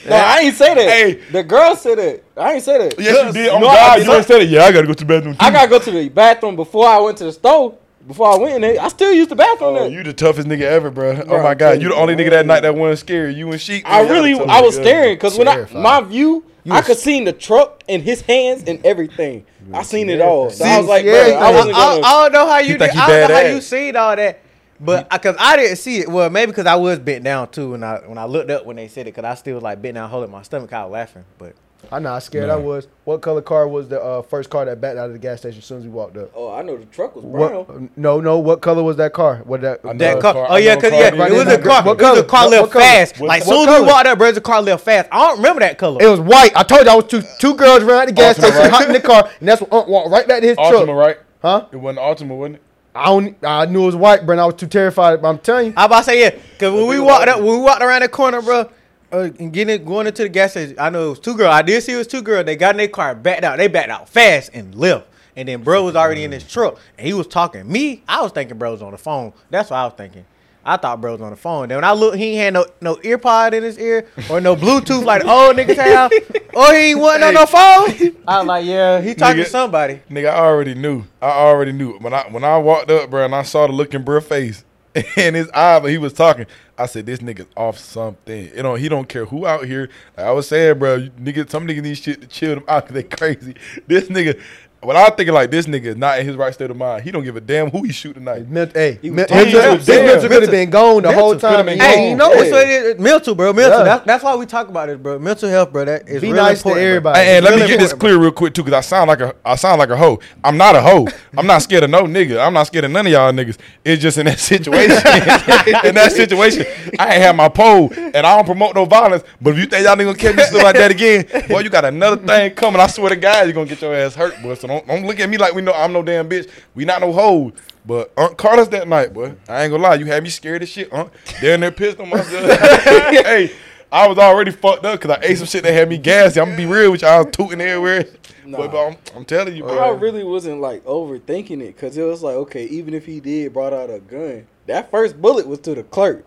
Speaker 6: Nah, I ain't say that.
Speaker 2: Hey.
Speaker 6: The girl said that. I ain't say that.
Speaker 2: Yes, you did. Oh
Speaker 6: No, I
Speaker 2: God,
Speaker 6: did
Speaker 2: you
Speaker 6: not.
Speaker 2: ain't said it. Yeah, I gotta go to the bathroom. Too.
Speaker 6: I gotta go to the bathroom before I went to the store. Before I went in there, I still used the bathroom
Speaker 2: Oh,
Speaker 6: there.
Speaker 2: you the toughest nigga ever, bro. Oh
Speaker 6: Bro,
Speaker 2: my God, you the
Speaker 6: dude,
Speaker 2: only nigga that night that wasn't scared. You and she.
Speaker 6: I
Speaker 2: Yeah,
Speaker 6: really,
Speaker 2: totally
Speaker 6: I was
Speaker 2: good.
Speaker 6: staring because when I
Speaker 1: Terrified.
Speaker 6: my view, I could see the truck and his hands and everything. I seen it all. So I was like,
Speaker 1: yeah,
Speaker 6: bro, I
Speaker 1: you
Speaker 6: wasn't
Speaker 3: I,
Speaker 6: gonna.
Speaker 3: I don't know how you, did,
Speaker 2: think he
Speaker 3: I don't know how
Speaker 2: badass?
Speaker 3: you seen all that, but because I didn't see it. Well, maybe because I was bent down too, and I when I looked up when they said it, because I still was like bent down, holding my stomach, I was laughing. But
Speaker 1: I know how scared I was. What color car was the uh, first car that backed out of the gas station as soon as we walked up?
Speaker 6: Oh, I know the truck was brown.
Speaker 1: What, no, no. What color was that car? What that?
Speaker 3: that
Speaker 2: Uh,
Speaker 3: car,
Speaker 2: car-
Speaker 3: oh yeah, because
Speaker 2: I know
Speaker 3: yeah,
Speaker 2: a car
Speaker 3: it was a
Speaker 1: didn't
Speaker 3: car.
Speaker 1: have-
Speaker 3: It
Speaker 1: what
Speaker 3: was
Speaker 1: color?
Speaker 3: a car
Speaker 1: What-
Speaker 3: left
Speaker 1: what color?
Speaker 3: fast.
Speaker 1: What-
Speaker 3: like
Speaker 1: what
Speaker 3: soon as we
Speaker 1: color?
Speaker 3: walked up, bro, the car left fast. I don't remember that color.
Speaker 1: It was white. I told you I was two two girls ran out the gas station, hopped in the car, and that's when Unc walked right back to his
Speaker 2: Ultima,
Speaker 1: truck.
Speaker 2: right?
Speaker 1: Huh?
Speaker 2: It wasn't Ultima, wasn't it?
Speaker 1: I don't, I knew it was white, bro. And I was too terrified. But I'm telling you,
Speaker 3: I about to say yeah, because when we walked up, when we walked around the corner, bro, uh, and getting it, going into the gas station, I know it was two girls. I did see it was two girls. They got in their car, and backed out. They backed out fast and left. And then bro was already in his truck, and he was talking. Me, I was thinking bro was on the phone. That's what I was thinking. I thought bro was on the phone. Then when I looked, he ain't had no no ear pod in his ear or no Bluetooth like the old niggas *laughs* have, or he wasn't on no phone. I was like, yeah, he talking
Speaker 2: Nigga.
Speaker 3: to somebody.
Speaker 2: Nigga, I already knew. I already knew when I when I walked up, bro, and I saw the look in bruh face. *laughs* in his eye, but he was talking. I said, "This nigga's off something. You know, he don't care who out here." Like I was saying, bro, you nigga, some niggas need shit to chill them out because they crazy. This nigga, when I thinking like this nigga is not in his right state of mind, he don't give a damn who he shoot tonight.
Speaker 1: Mental, hey,
Speaker 6: was
Speaker 1: men-
Speaker 6: talking
Speaker 1: his
Speaker 2: about
Speaker 1: mental- his
Speaker 2: damn.
Speaker 1: mental could have been gone the
Speaker 2: Mental
Speaker 1: whole
Speaker 2: coulda
Speaker 1: time. and
Speaker 2: been gone.
Speaker 1: He
Speaker 3: Hey,
Speaker 1: didn't know
Speaker 3: that's what
Speaker 1: it.
Speaker 3: it is. Mental, bro. Mental.
Speaker 1: Yeah.
Speaker 3: That's, that's why we talk about it, bro. Mental health, bro. That is
Speaker 1: Be
Speaker 3: really
Speaker 1: nice to
Speaker 3: important, bro.
Speaker 1: everybody.
Speaker 2: Hey, and let me
Speaker 3: Really
Speaker 2: get this
Speaker 3: important,
Speaker 2: clear real quick too, because I sound like a I sound like a hoe. I'm not a hoe. I'm not scared of no nigga. I'm not scared of none of y'all niggas. It's just in that *laughs* situation. in that situation, I ain't have my pole, and I don't promote no violence. But if you think y'all niggas gonna catch me still like that again, boy, you got another thing coming. I swear to God, you gonna get your ass hurt, boy. So don't, don't look at me like we know I'm no damn bitch. We not no hoes. But Unc caught us that night, boy. I ain't gonna lie, you had me scared as shit, Unc. Down there pissed on myself. *laughs* hey, I was already fucked up because I ate some shit that had me gassy. I'm gonna be real with you. I was tooting everywhere. But, but I'm, I'm telling you, bro.
Speaker 6: I really wasn't like overthinking it because it was like, okay, even if he did brought out a gun, that first bullet was to the clerk.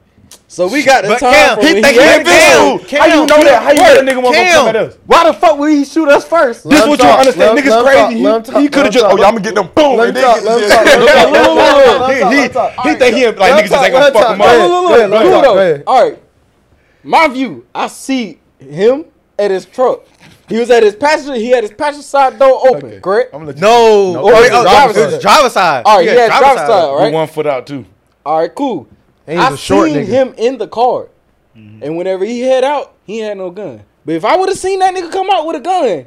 Speaker 6: So we got the
Speaker 3: But
Speaker 6: time
Speaker 3: Cam,
Speaker 6: for
Speaker 3: he
Speaker 6: when
Speaker 2: think
Speaker 6: he
Speaker 2: he
Speaker 6: had
Speaker 2: invincible.
Speaker 6: guns.
Speaker 2: How you know that? How you know that nigga won't come at us?
Speaker 3: Why the fuck would he shoot us first?
Speaker 2: This
Speaker 1: Let
Speaker 2: what
Speaker 1: him
Speaker 2: you
Speaker 1: talk.
Speaker 2: understand.
Speaker 1: Let- let
Speaker 2: Niggas
Speaker 1: him talk.
Speaker 2: crazy.
Speaker 1: Let him
Speaker 2: He-
Speaker 1: talk.
Speaker 2: He, could
Speaker 1: Let him
Speaker 2: have just,
Speaker 1: talk.
Speaker 2: oh, yeah, I'm going to get them. Boom.
Speaker 1: Let
Speaker 2: and
Speaker 1: him
Speaker 2: then
Speaker 1: talk.
Speaker 2: get
Speaker 1: Let him
Speaker 2: this-
Speaker 1: talk. Let him talk.
Speaker 2: Whoa,
Speaker 1: Let him
Speaker 2: whoa,
Speaker 1: talk.
Speaker 2: whoa.
Speaker 1: Let him
Speaker 2: *laughs* He-
Speaker 1: talk. Let him talk.
Speaker 2: He think he like niggas just ain't going to fuck him
Speaker 1: Go ahead.
Speaker 2: up.
Speaker 1: Go ahead. Let him talk. Go
Speaker 6: Kudos.
Speaker 1: ahead.
Speaker 6: All right. My view, I see him at his truck. He was at his passenger. He had his passenger side door open. Correct.
Speaker 2: I'm going to let
Speaker 3: No.
Speaker 1: Oh,
Speaker 3: wait,
Speaker 1: it was
Speaker 3: oh,
Speaker 1: driver's
Speaker 3: driver's,
Speaker 1: side.
Speaker 3: driver's side.
Speaker 6: All right. Yeah,
Speaker 3: driver's
Speaker 6: driver's side.
Speaker 2: you
Speaker 6: All right.
Speaker 2: one foot out, too.
Speaker 6: All right. Cool.
Speaker 1: And he's
Speaker 6: I
Speaker 1: a short
Speaker 6: seen
Speaker 1: nigga.
Speaker 6: him in the car, and whenever he head out, he had no gun. But if I would have seen that nigga come out with a gun,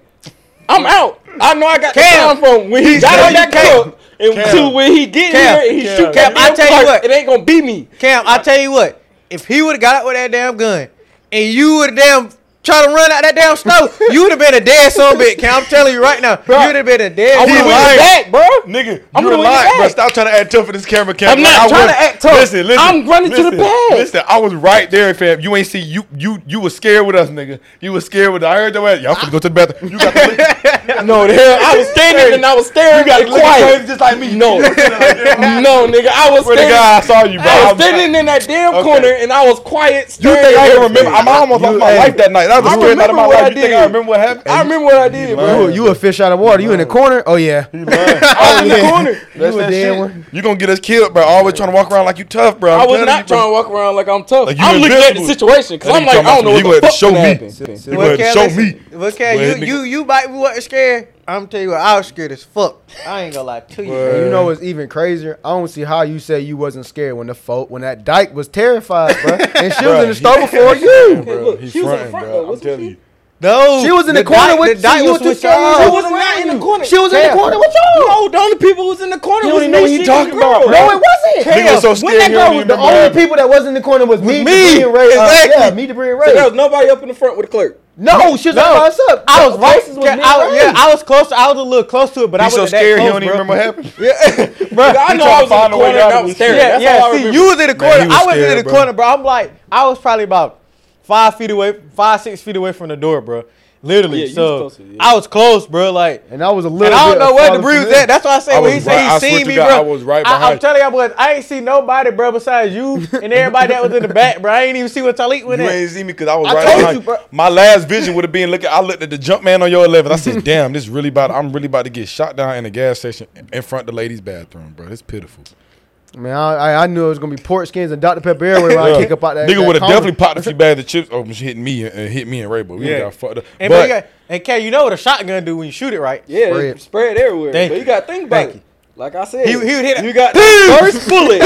Speaker 6: I'm out. I know I got
Speaker 3: Cam,
Speaker 6: the time from when he
Speaker 3: he's
Speaker 6: got on that
Speaker 3: Cam,
Speaker 6: truck and
Speaker 2: Cam,
Speaker 6: to when he get
Speaker 3: Cam,
Speaker 6: here and he
Speaker 2: Cam.
Speaker 6: shoot
Speaker 3: Cam,
Speaker 6: that.
Speaker 3: I
Speaker 6: damn
Speaker 3: tell you
Speaker 6: clerk,
Speaker 3: what.
Speaker 6: it ain't gonna be me.
Speaker 3: Cam, I tell you what, if he would have got out with that damn gun and you would have damn tried to run out that damn snow, you would have been a dead son bitch, Cam. I'm telling you right now, you would have been a dead
Speaker 6: I'm gonna
Speaker 3: son
Speaker 6: win
Speaker 2: lying.
Speaker 6: it back, bro.
Speaker 2: Nigga,
Speaker 6: I'm
Speaker 2: you
Speaker 6: gonna win it
Speaker 2: lying, bro.
Speaker 6: back.
Speaker 2: Stop trying to act tough in this camera, camera.
Speaker 6: I'm not trying to act tough.
Speaker 2: Listen, listen.
Speaker 6: I'm running to the
Speaker 2: listen,
Speaker 6: bag.
Speaker 2: Listen, I was right there, fam. You ain't see you you you was scared with us, nigga. You was scared with us. I heard your ass. Y'all finna go to the bathroom. You got to look.
Speaker 6: *laughs* No, the hell, I
Speaker 2: *laughs*
Speaker 6: was standing and I was staring.
Speaker 2: You got
Speaker 6: and
Speaker 2: to look
Speaker 6: quiet.
Speaker 2: crazy just like me. *laughs*
Speaker 6: No, *laughs* no, nigga, I was
Speaker 2: Swear to
Speaker 6: standing.
Speaker 2: God, I saw you, bro.
Speaker 6: I
Speaker 2: I'm-
Speaker 6: was standing in that damn
Speaker 2: Okay.
Speaker 6: corner and I was quiet.
Speaker 2: You
Speaker 6: staring
Speaker 2: think I
Speaker 6: at
Speaker 2: didn't
Speaker 6: everything.
Speaker 2: remember? I'm almost lost my life that night. That was
Speaker 6: I
Speaker 2: the scariest night of my
Speaker 6: remember what
Speaker 2: life.
Speaker 6: I
Speaker 2: You think
Speaker 6: did.
Speaker 2: I remember what happened?
Speaker 6: I remember what I did,
Speaker 1: You,
Speaker 6: bro.
Speaker 1: you a fish out of water. You in the corner? Oh yeah.
Speaker 6: I was in the corner.
Speaker 2: That's
Speaker 1: You a
Speaker 2: that
Speaker 1: dead
Speaker 2: shit.
Speaker 1: one.
Speaker 2: You gonna get us killed, bro. Always trying to walk around like you tough, bro. I'm
Speaker 6: I was
Speaker 2: telling
Speaker 6: not
Speaker 2: you, bro.
Speaker 6: trying to walk around like I'm tough.
Speaker 2: Like you
Speaker 6: I'm looking at the
Speaker 2: invincible.
Speaker 6: situation because
Speaker 2: That
Speaker 6: I'm
Speaker 2: nigga
Speaker 6: like,
Speaker 2: talking
Speaker 6: I don't know
Speaker 2: about
Speaker 6: what the fuck
Speaker 2: you
Speaker 6: show
Speaker 2: had to
Speaker 6: happened.
Speaker 2: show me. You
Speaker 3: Well,
Speaker 2: had to
Speaker 3: Cam,
Speaker 2: show me.
Speaker 3: listen, Well, Cam,
Speaker 2: Go ahead,
Speaker 3: you, you,
Speaker 2: nigga.
Speaker 3: you might be what scared. I'm telling you what, I was scared as fuck. I ain't gonna lie to you.
Speaker 1: And you know what's even crazier? I don't see how you say you wasn't scared when the folk when that dyke was terrified, bro. And she was in the store before you.
Speaker 6: Hey,
Speaker 2: Bro,
Speaker 6: look,
Speaker 2: he's
Speaker 6: she was in
Speaker 2: fronting,
Speaker 6: the front
Speaker 2: bro.
Speaker 6: though,
Speaker 2: I'm
Speaker 6: wasn't
Speaker 2: telling
Speaker 6: she?
Speaker 2: you.
Speaker 3: No,
Speaker 1: She was in the corner
Speaker 3: dyke-
Speaker 1: with-
Speaker 3: the dyke
Speaker 1: she
Speaker 3: was
Speaker 1: was
Speaker 3: with
Speaker 1: with y'all.
Speaker 6: She
Speaker 3: y'all.
Speaker 1: Who
Speaker 6: was not in the corner.
Speaker 1: She was in the
Speaker 6: Cam.
Speaker 1: corner with y'all.
Speaker 6: No, the only people who was in the corner
Speaker 2: You
Speaker 6: was
Speaker 2: don't even
Speaker 6: me,
Speaker 2: know what he
Speaker 6: she,
Speaker 2: talking
Speaker 6: the girl.
Speaker 2: about, bro.
Speaker 1: No, it wasn't.
Speaker 2: Oh, Nigga was so
Speaker 6: when
Speaker 2: scared.
Speaker 6: that
Speaker 2: he don't even
Speaker 6: girl was the
Speaker 1: The
Speaker 2: remember what
Speaker 1: only
Speaker 2: happened.
Speaker 1: people that was in the corner was me,
Speaker 3: me.
Speaker 1: Debris, and Ray. Uh,
Speaker 3: Exactly.
Speaker 1: yeah, me, Debris, and Ray.
Speaker 6: So there was nobody up in the front with the clerk.
Speaker 1: no, she was all by herself.
Speaker 3: I was right.
Speaker 1: Voices was
Speaker 3: Cam,
Speaker 1: me
Speaker 3: I,
Speaker 1: and
Speaker 3: was- yeah,
Speaker 1: Ray.
Speaker 3: I was close. I was a little close to it, but I
Speaker 2: He's
Speaker 3: was
Speaker 2: so scared. He don't even remember what happened.
Speaker 6: Nigga, I know I was in
Speaker 2: find
Speaker 6: the
Speaker 2: a way
Speaker 6: corner
Speaker 2: out of
Speaker 6: and I was
Speaker 2: this
Speaker 6: staring.
Speaker 2: shit.
Speaker 3: Yeah,
Speaker 6: That's
Speaker 3: yeah.
Speaker 6: all I
Speaker 3: see,
Speaker 6: remember.
Speaker 3: you was in the corner.
Speaker 2: he was
Speaker 3: I was in
Speaker 2: scared,
Speaker 3: the
Speaker 2: bro.
Speaker 3: corner, bro. I'm like, I was probably about five feet away, five six feet away from the door, bro. Literally,
Speaker 6: Yeah, you was
Speaker 3: so
Speaker 6: closer, yeah.
Speaker 3: I was close, bro. Like,
Speaker 1: and I was a little.
Speaker 3: and I don't
Speaker 1: bit
Speaker 3: know where the
Speaker 1: farther
Speaker 3: breeze
Speaker 1: from
Speaker 3: was at. That's why I say
Speaker 2: I
Speaker 3: when he
Speaker 2: was
Speaker 3: say
Speaker 2: right- I
Speaker 3: he
Speaker 2: swear
Speaker 3: seen
Speaker 2: to
Speaker 3: me,
Speaker 2: God,
Speaker 3: bro.
Speaker 2: I was right
Speaker 3: I, am
Speaker 2: behind
Speaker 3: telling y'all, boys, I ain't seen nobody, bro, besides you
Speaker 2: *laughs*
Speaker 3: and everybody that was in the back, bro. I ain't even see what Talik went
Speaker 2: You
Speaker 3: at.
Speaker 2: ain't see me because I was
Speaker 3: I
Speaker 2: right
Speaker 3: told
Speaker 2: behind
Speaker 3: you, bro.
Speaker 2: My last vision would have been looking. I looked at the jump man on your 11. I said, "Damn, this really about. I'm really about to get shot down in the gas station in front of the ladies' bathroom, bro. It's pitiful."
Speaker 1: Man, I, I- I knew it was gonna be pork skins and Dr Pepper everywhere. when I
Speaker 2: Yeah.
Speaker 1: kick up out that.
Speaker 2: nigga
Speaker 1: that
Speaker 2: would have
Speaker 1: corner.
Speaker 2: definitely popped a few bags of chips open, hitting me and and hit me and Ray, but we
Speaker 3: Yeah.
Speaker 2: yeah. got fucked up.
Speaker 3: And, bro,
Speaker 2: but
Speaker 3: you got, and Ken, you know what a shotgun do when you shoot it, right?
Speaker 6: Yeah,
Speaker 1: Spread.
Speaker 6: it's spread everywhere.
Speaker 3: Thank
Speaker 6: but
Speaker 3: you.
Speaker 6: you got to think about
Speaker 3: Thank
Speaker 6: it. Like I said,
Speaker 3: He- he would hit it.
Speaker 6: you got that first bullet.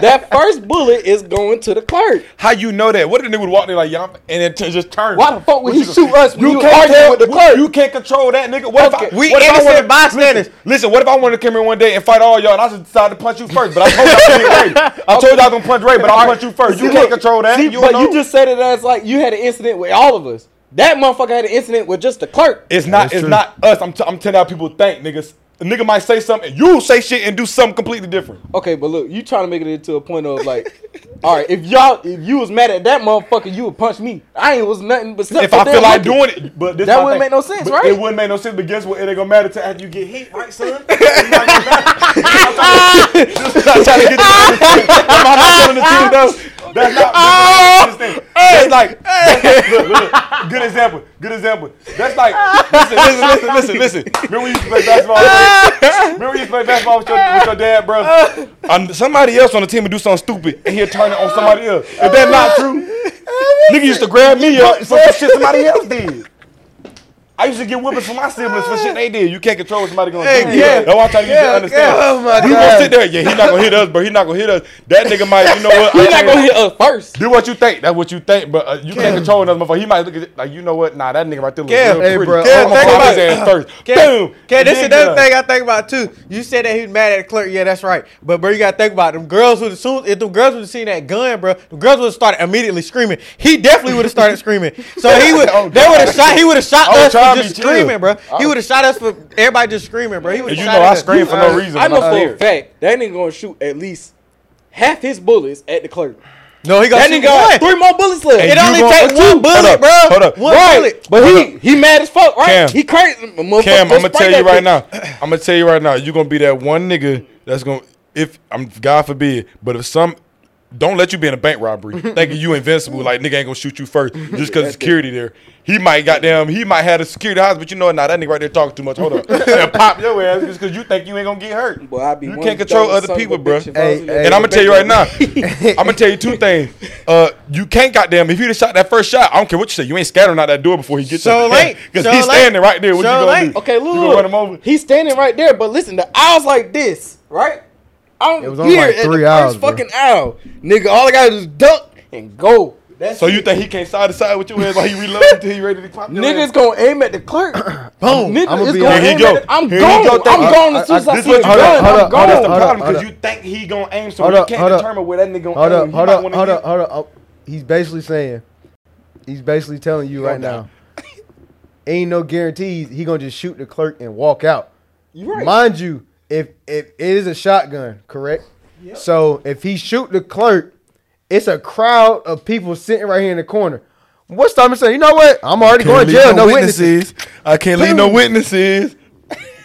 Speaker 6: that first bullet is going to the clerk.
Speaker 2: how you know that? What if the nigga would walk there like, "Yeah," I'm- and then t- just turn?
Speaker 6: Why the fuck would he shoot us? when
Speaker 2: You
Speaker 6: we
Speaker 2: can't
Speaker 6: arguing
Speaker 2: tell
Speaker 6: with the clerk.
Speaker 2: You can't control that nigga. What
Speaker 6: Okay.
Speaker 2: if I,
Speaker 3: We
Speaker 2: what if I
Speaker 3: innocent
Speaker 2: wanted-
Speaker 3: bystanders.
Speaker 2: Listen, listen, what if I wanted to come in one day and fight all y'all and I just decided to punch you first? But I told y'all to hit
Speaker 6: *laughs*
Speaker 2: Ray. I told y'all I was gonna punch Ray, but I punch you first. You
Speaker 6: See,
Speaker 2: can't
Speaker 6: look,
Speaker 2: control that.
Speaker 6: see,
Speaker 2: you
Speaker 6: but
Speaker 2: know.
Speaker 6: you just said it as like you had an incident with all of us. That motherfucker had an incident with just the clerk.
Speaker 2: it's not. It's
Speaker 1: true.
Speaker 2: not us. I'm. T- I'm telling y'all people think niggas. A nigga might say something. and You say shit and do something completely different.
Speaker 6: Okay, but look, you trying to make it into a point of like, all right, if y'all, if you was mad at that motherfucker, you would punch me. I ain't was nothing but
Speaker 2: if I feel like doing it, but this
Speaker 6: That
Speaker 2: my
Speaker 6: wouldn't
Speaker 2: thing.
Speaker 6: make no sense,
Speaker 2: But
Speaker 6: right?
Speaker 2: It wouldn't make no sense. But guess what? It ain't gonna matter till after you get hit, right,
Speaker 6: *laughs*
Speaker 2: son? It ain't gonna matter. This is not trying to get you. I'm not telling the truth, though. That's not. thing.
Speaker 6: Oh,
Speaker 2: That's like, that's like- look, look, good example, good example. That's like, listen, listen, listen, listen, listen. Remember when you used to play basketball? Remember when you used to play basketball with your, with your dad, bro? And somebody else on the team would do something stupid, and he'll turn it on somebody else. If that's not true, nigga used to grab me up for some shit somebody else did. I used to get whippings from my siblings for shit they did. You can't control what somebody gonna do.
Speaker 3: yeah,
Speaker 2: That's why I try to get you to understand.
Speaker 1: Oh my
Speaker 2: we
Speaker 1: God.
Speaker 2: gonna sit there. Yeah, he not gonna hit us, bro. He not gonna hit us. That nigga might. You know what?
Speaker 6: He
Speaker 2: I
Speaker 6: not
Speaker 2: can't-
Speaker 6: gonna hit us first.
Speaker 2: do what you think. That's what you think, but uh, you can't control another motherfucker. He might look at it like you know what? Nah, that nigga right there look
Speaker 3: Yeah, Oh,
Speaker 2: real
Speaker 1: hey,
Speaker 2: pretty.
Speaker 1: bro.
Speaker 2: I'm
Speaker 1: Yeah,
Speaker 2: gonna
Speaker 3: think
Speaker 2: pop
Speaker 3: about
Speaker 2: his
Speaker 3: it.
Speaker 2: ass first.
Speaker 3: *laughs* Okay,
Speaker 2: Boom.
Speaker 3: okay this
Speaker 2: Then
Speaker 3: is another
Speaker 2: get up.
Speaker 3: thing I think about too. You said that he was mad at the clerk. Yeah, that's right. But bro, you gotta think about it. them girls would as soon if them girls would have seen that gun, bro. The girls would have started immediately screaming. He definitely would
Speaker 2: *laughs*
Speaker 3: have started screaming. So he would
Speaker 2: Oh,
Speaker 3: they would have shot. He would have shot
Speaker 2: Oh,
Speaker 3: us for
Speaker 2: Charlie,
Speaker 3: just
Speaker 2: chill.
Speaker 3: screaming, bro. He would have shot us for everybody just screaming, bro. He would
Speaker 2: And
Speaker 3: have
Speaker 2: you
Speaker 3: shot
Speaker 2: know I
Speaker 3: us.
Speaker 2: scream for no reason.
Speaker 6: I know
Speaker 2: I'm
Speaker 6: for a
Speaker 2: scared.
Speaker 6: fact that nigga gonna shoot at least half his bullets at the clerk.
Speaker 3: No, he
Speaker 6: That
Speaker 3: got
Speaker 6: nigga got three more bullets left.
Speaker 2: And
Speaker 3: It
Speaker 2: you
Speaker 3: only
Speaker 2: gonna-
Speaker 3: take
Speaker 2: but you-
Speaker 3: one
Speaker 2: hold
Speaker 3: bullet,
Speaker 2: up,
Speaker 3: bro.
Speaker 2: hold up.
Speaker 3: One
Speaker 6: right,
Speaker 3: bullet.
Speaker 6: but
Speaker 2: Hold
Speaker 6: he he mad as fuck, right?
Speaker 2: Cam.
Speaker 6: He crazy.
Speaker 2: Cam, I'm gonna tell you right now. I'm gonna tell you right now. You gonna be that one nigga that's gonna if I'm God forbid, but if some don't let you be in a bank
Speaker 3: *laughs*
Speaker 2: robbery thinking you invincible, like nigga ain't gonna shoot you first just cause of security there. He might goddamn he might have a security house, but you know what? Nah, that nigga right there talking too much. Hold
Speaker 3: *laughs*
Speaker 2: up, and pop your ass just cause you think you ain't gonna get hurt.
Speaker 6: Boy, I be
Speaker 2: you
Speaker 6: one
Speaker 2: can't control
Speaker 6: dumb son
Speaker 2: other
Speaker 6: of a
Speaker 2: people,
Speaker 6: bitch
Speaker 2: bro.
Speaker 6: if I was
Speaker 1: Hey,
Speaker 6: in
Speaker 1: hey.
Speaker 6: that
Speaker 2: And I'm gonna tell you right
Speaker 6: bank
Speaker 2: now. I'm gonna tell you
Speaker 6: *laughs*
Speaker 2: two things. Uh, you can't goddamn if you have shot that first shot. I don't care what you say. You ain't scattering out that door before he gets
Speaker 3: So
Speaker 2: you. *laughs*
Speaker 3: late.
Speaker 2: because
Speaker 3: So
Speaker 2: he's
Speaker 3: late.
Speaker 2: standing right there. What
Speaker 3: So
Speaker 2: you gonna
Speaker 3: late.
Speaker 2: do?
Speaker 6: Okay,
Speaker 2: You
Speaker 6: look,
Speaker 2: gonna run him over.
Speaker 6: he's standing right there, but listen, the aisle's like this, right? I'm
Speaker 1: It was only
Speaker 6: here
Speaker 1: like
Speaker 6: at
Speaker 1: three
Speaker 6: the
Speaker 1: aisles,
Speaker 6: first
Speaker 1: bro.
Speaker 6: fucking aisle, nigga. All I gotta do is duck and go. That's
Speaker 2: So you think he can't side to side with you ass while he
Speaker 6: *laughs*
Speaker 2: reloads until he ready to pop your
Speaker 6: niggas
Speaker 2: ass?
Speaker 6: gonna aim at the clerk.
Speaker 1: *coughs*
Speaker 6: Boom. Nigga,
Speaker 1: I'ma
Speaker 6: it's
Speaker 1: be
Speaker 6: gonna
Speaker 1: like-
Speaker 2: Here
Speaker 6: aim
Speaker 2: he go.
Speaker 6: at the- I'm
Speaker 2: Here he
Speaker 6: gone.
Speaker 2: go. Thank-
Speaker 6: I'm gone
Speaker 1: I-
Speaker 6: as soon as
Speaker 1: I-
Speaker 6: I
Speaker 2: This
Speaker 6: see
Speaker 2: what
Speaker 6: a
Speaker 2: you
Speaker 1: Hold up, hold
Speaker 6: gun. I'm
Speaker 1: up, hold
Speaker 2: That's the
Speaker 1: up,
Speaker 6: gone.
Speaker 2: problem
Speaker 1: hold
Speaker 2: because
Speaker 1: up.
Speaker 2: you think he gonna aim, so
Speaker 1: Hold
Speaker 2: you
Speaker 1: up,
Speaker 2: can't
Speaker 1: hold up.
Speaker 2: determine where that nigga gonna
Speaker 1: Hold
Speaker 2: aim.
Speaker 1: up,
Speaker 2: He
Speaker 1: hold
Speaker 2: might
Speaker 1: up,
Speaker 2: wanna
Speaker 1: hold
Speaker 2: get-
Speaker 1: up, hold up. Oh, He's basically saying, he's basically telling you right now, ain't no guarantees. He gonna just shoot the clerk and walk out.
Speaker 6: You right.
Speaker 1: Mind you, if if it is a shotgun, correct? So if he shoot the clerk, it's a crowd of people sitting right here in the corner. What's time to say? You know what? I'm already going to jail. No, *laughs* witnesses.
Speaker 8: I can't leave no witnesses.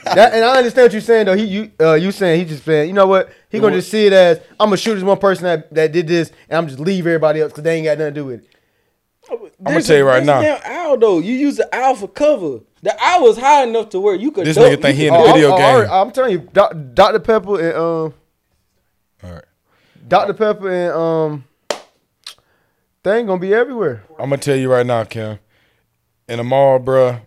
Speaker 1: That, and I understand what you're saying though. He you uh, you saying he just saying you know what he gonna just see it as I'm gonna shoot this one person that, that did this and I'm just leave everybody else because they ain't got nothing to do with it.
Speaker 6: I'm
Speaker 2: tell you right now.
Speaker 6: Damn owl though. You use the owl for cover. The owl is high enough to where you could.
Speaker 2: This
Speaker 6: duck,
Speaker 2: nigga
Speaker 6: you
Speaker 2: think he
Speaker 6: could
Speaker 2: in the
Speaker 6: duck.
Speaker 2: video
Speaker 1: I- I
Speaker 2: game.
Speaker 1: already- oh, I'm telling you, Doc, Dr Pepper and um,
Speaker 2: All right.
Speaker 1: Dr Pepper and um, thing gonna be everywhere.
Speaker 2: I'm gonna tell you right now, Cam. In the mall, bruh,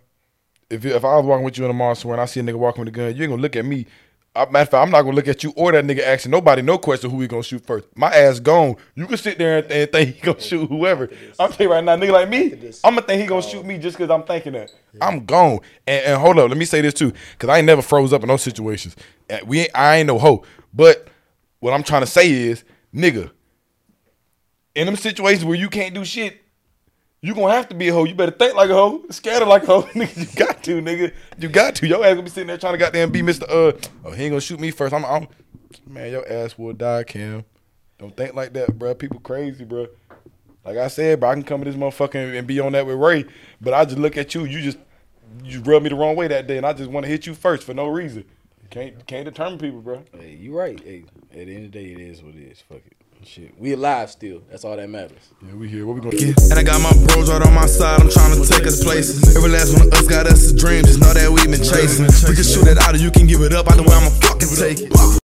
Speaker 2: if you, if I was walking with you in the mall somewhere and I see a nigga walking with a gun, you ain't gonna look at me. I, matter of fact, I'm not gonna look at you or that nigga asking nobody no question who we gonna shoot first. My ass gone. You can sit there and, and think he gonna shoot whoever. I'm telling you right now, nigga like me, I'm gonna think he gonna shoot me just cause I'm thinking that. I'm gone. And, and hold up, let me say this too, cause I ain't never froze up in those situations. And we ain't, I ain't no hoe. But what I'm trying to say is, nigga, in them situations where you can't do shit, you gonna have to be a hoe. You better think like a hoe, scatter like a hoe. *laughs* nigga, you got to, nigga. You got to. Your ass gonna be sitting there trying to goddamn be Mr. Uh, oh, he ain't gonna shoot me first. I'm, I'm man, your ass will die, Cam. Don't think like that, bruh. People crazy, bruh. Like I said, bro, I can come to this motherfucker and be on that with Ray, but I just look at you. You just you rubbed me the wrong way that day, and I just want to hit you first for no reason. Can't can't determine people, bruh.
Speaker 6: Hey, you right. Hey, at the end of the day, it is what it is. Fuck it. Shit, we alive still. That's all that matters.
Speaker 2: Yeah, we here. What we gonna do?
Speaker 5: Yeah, And I got my bros right on my side, I'm tryna take us places. Every last one of us got us a dream, just know that we been chasing. We can shoot it out or you can give it up, I know where I'ma fucking take it.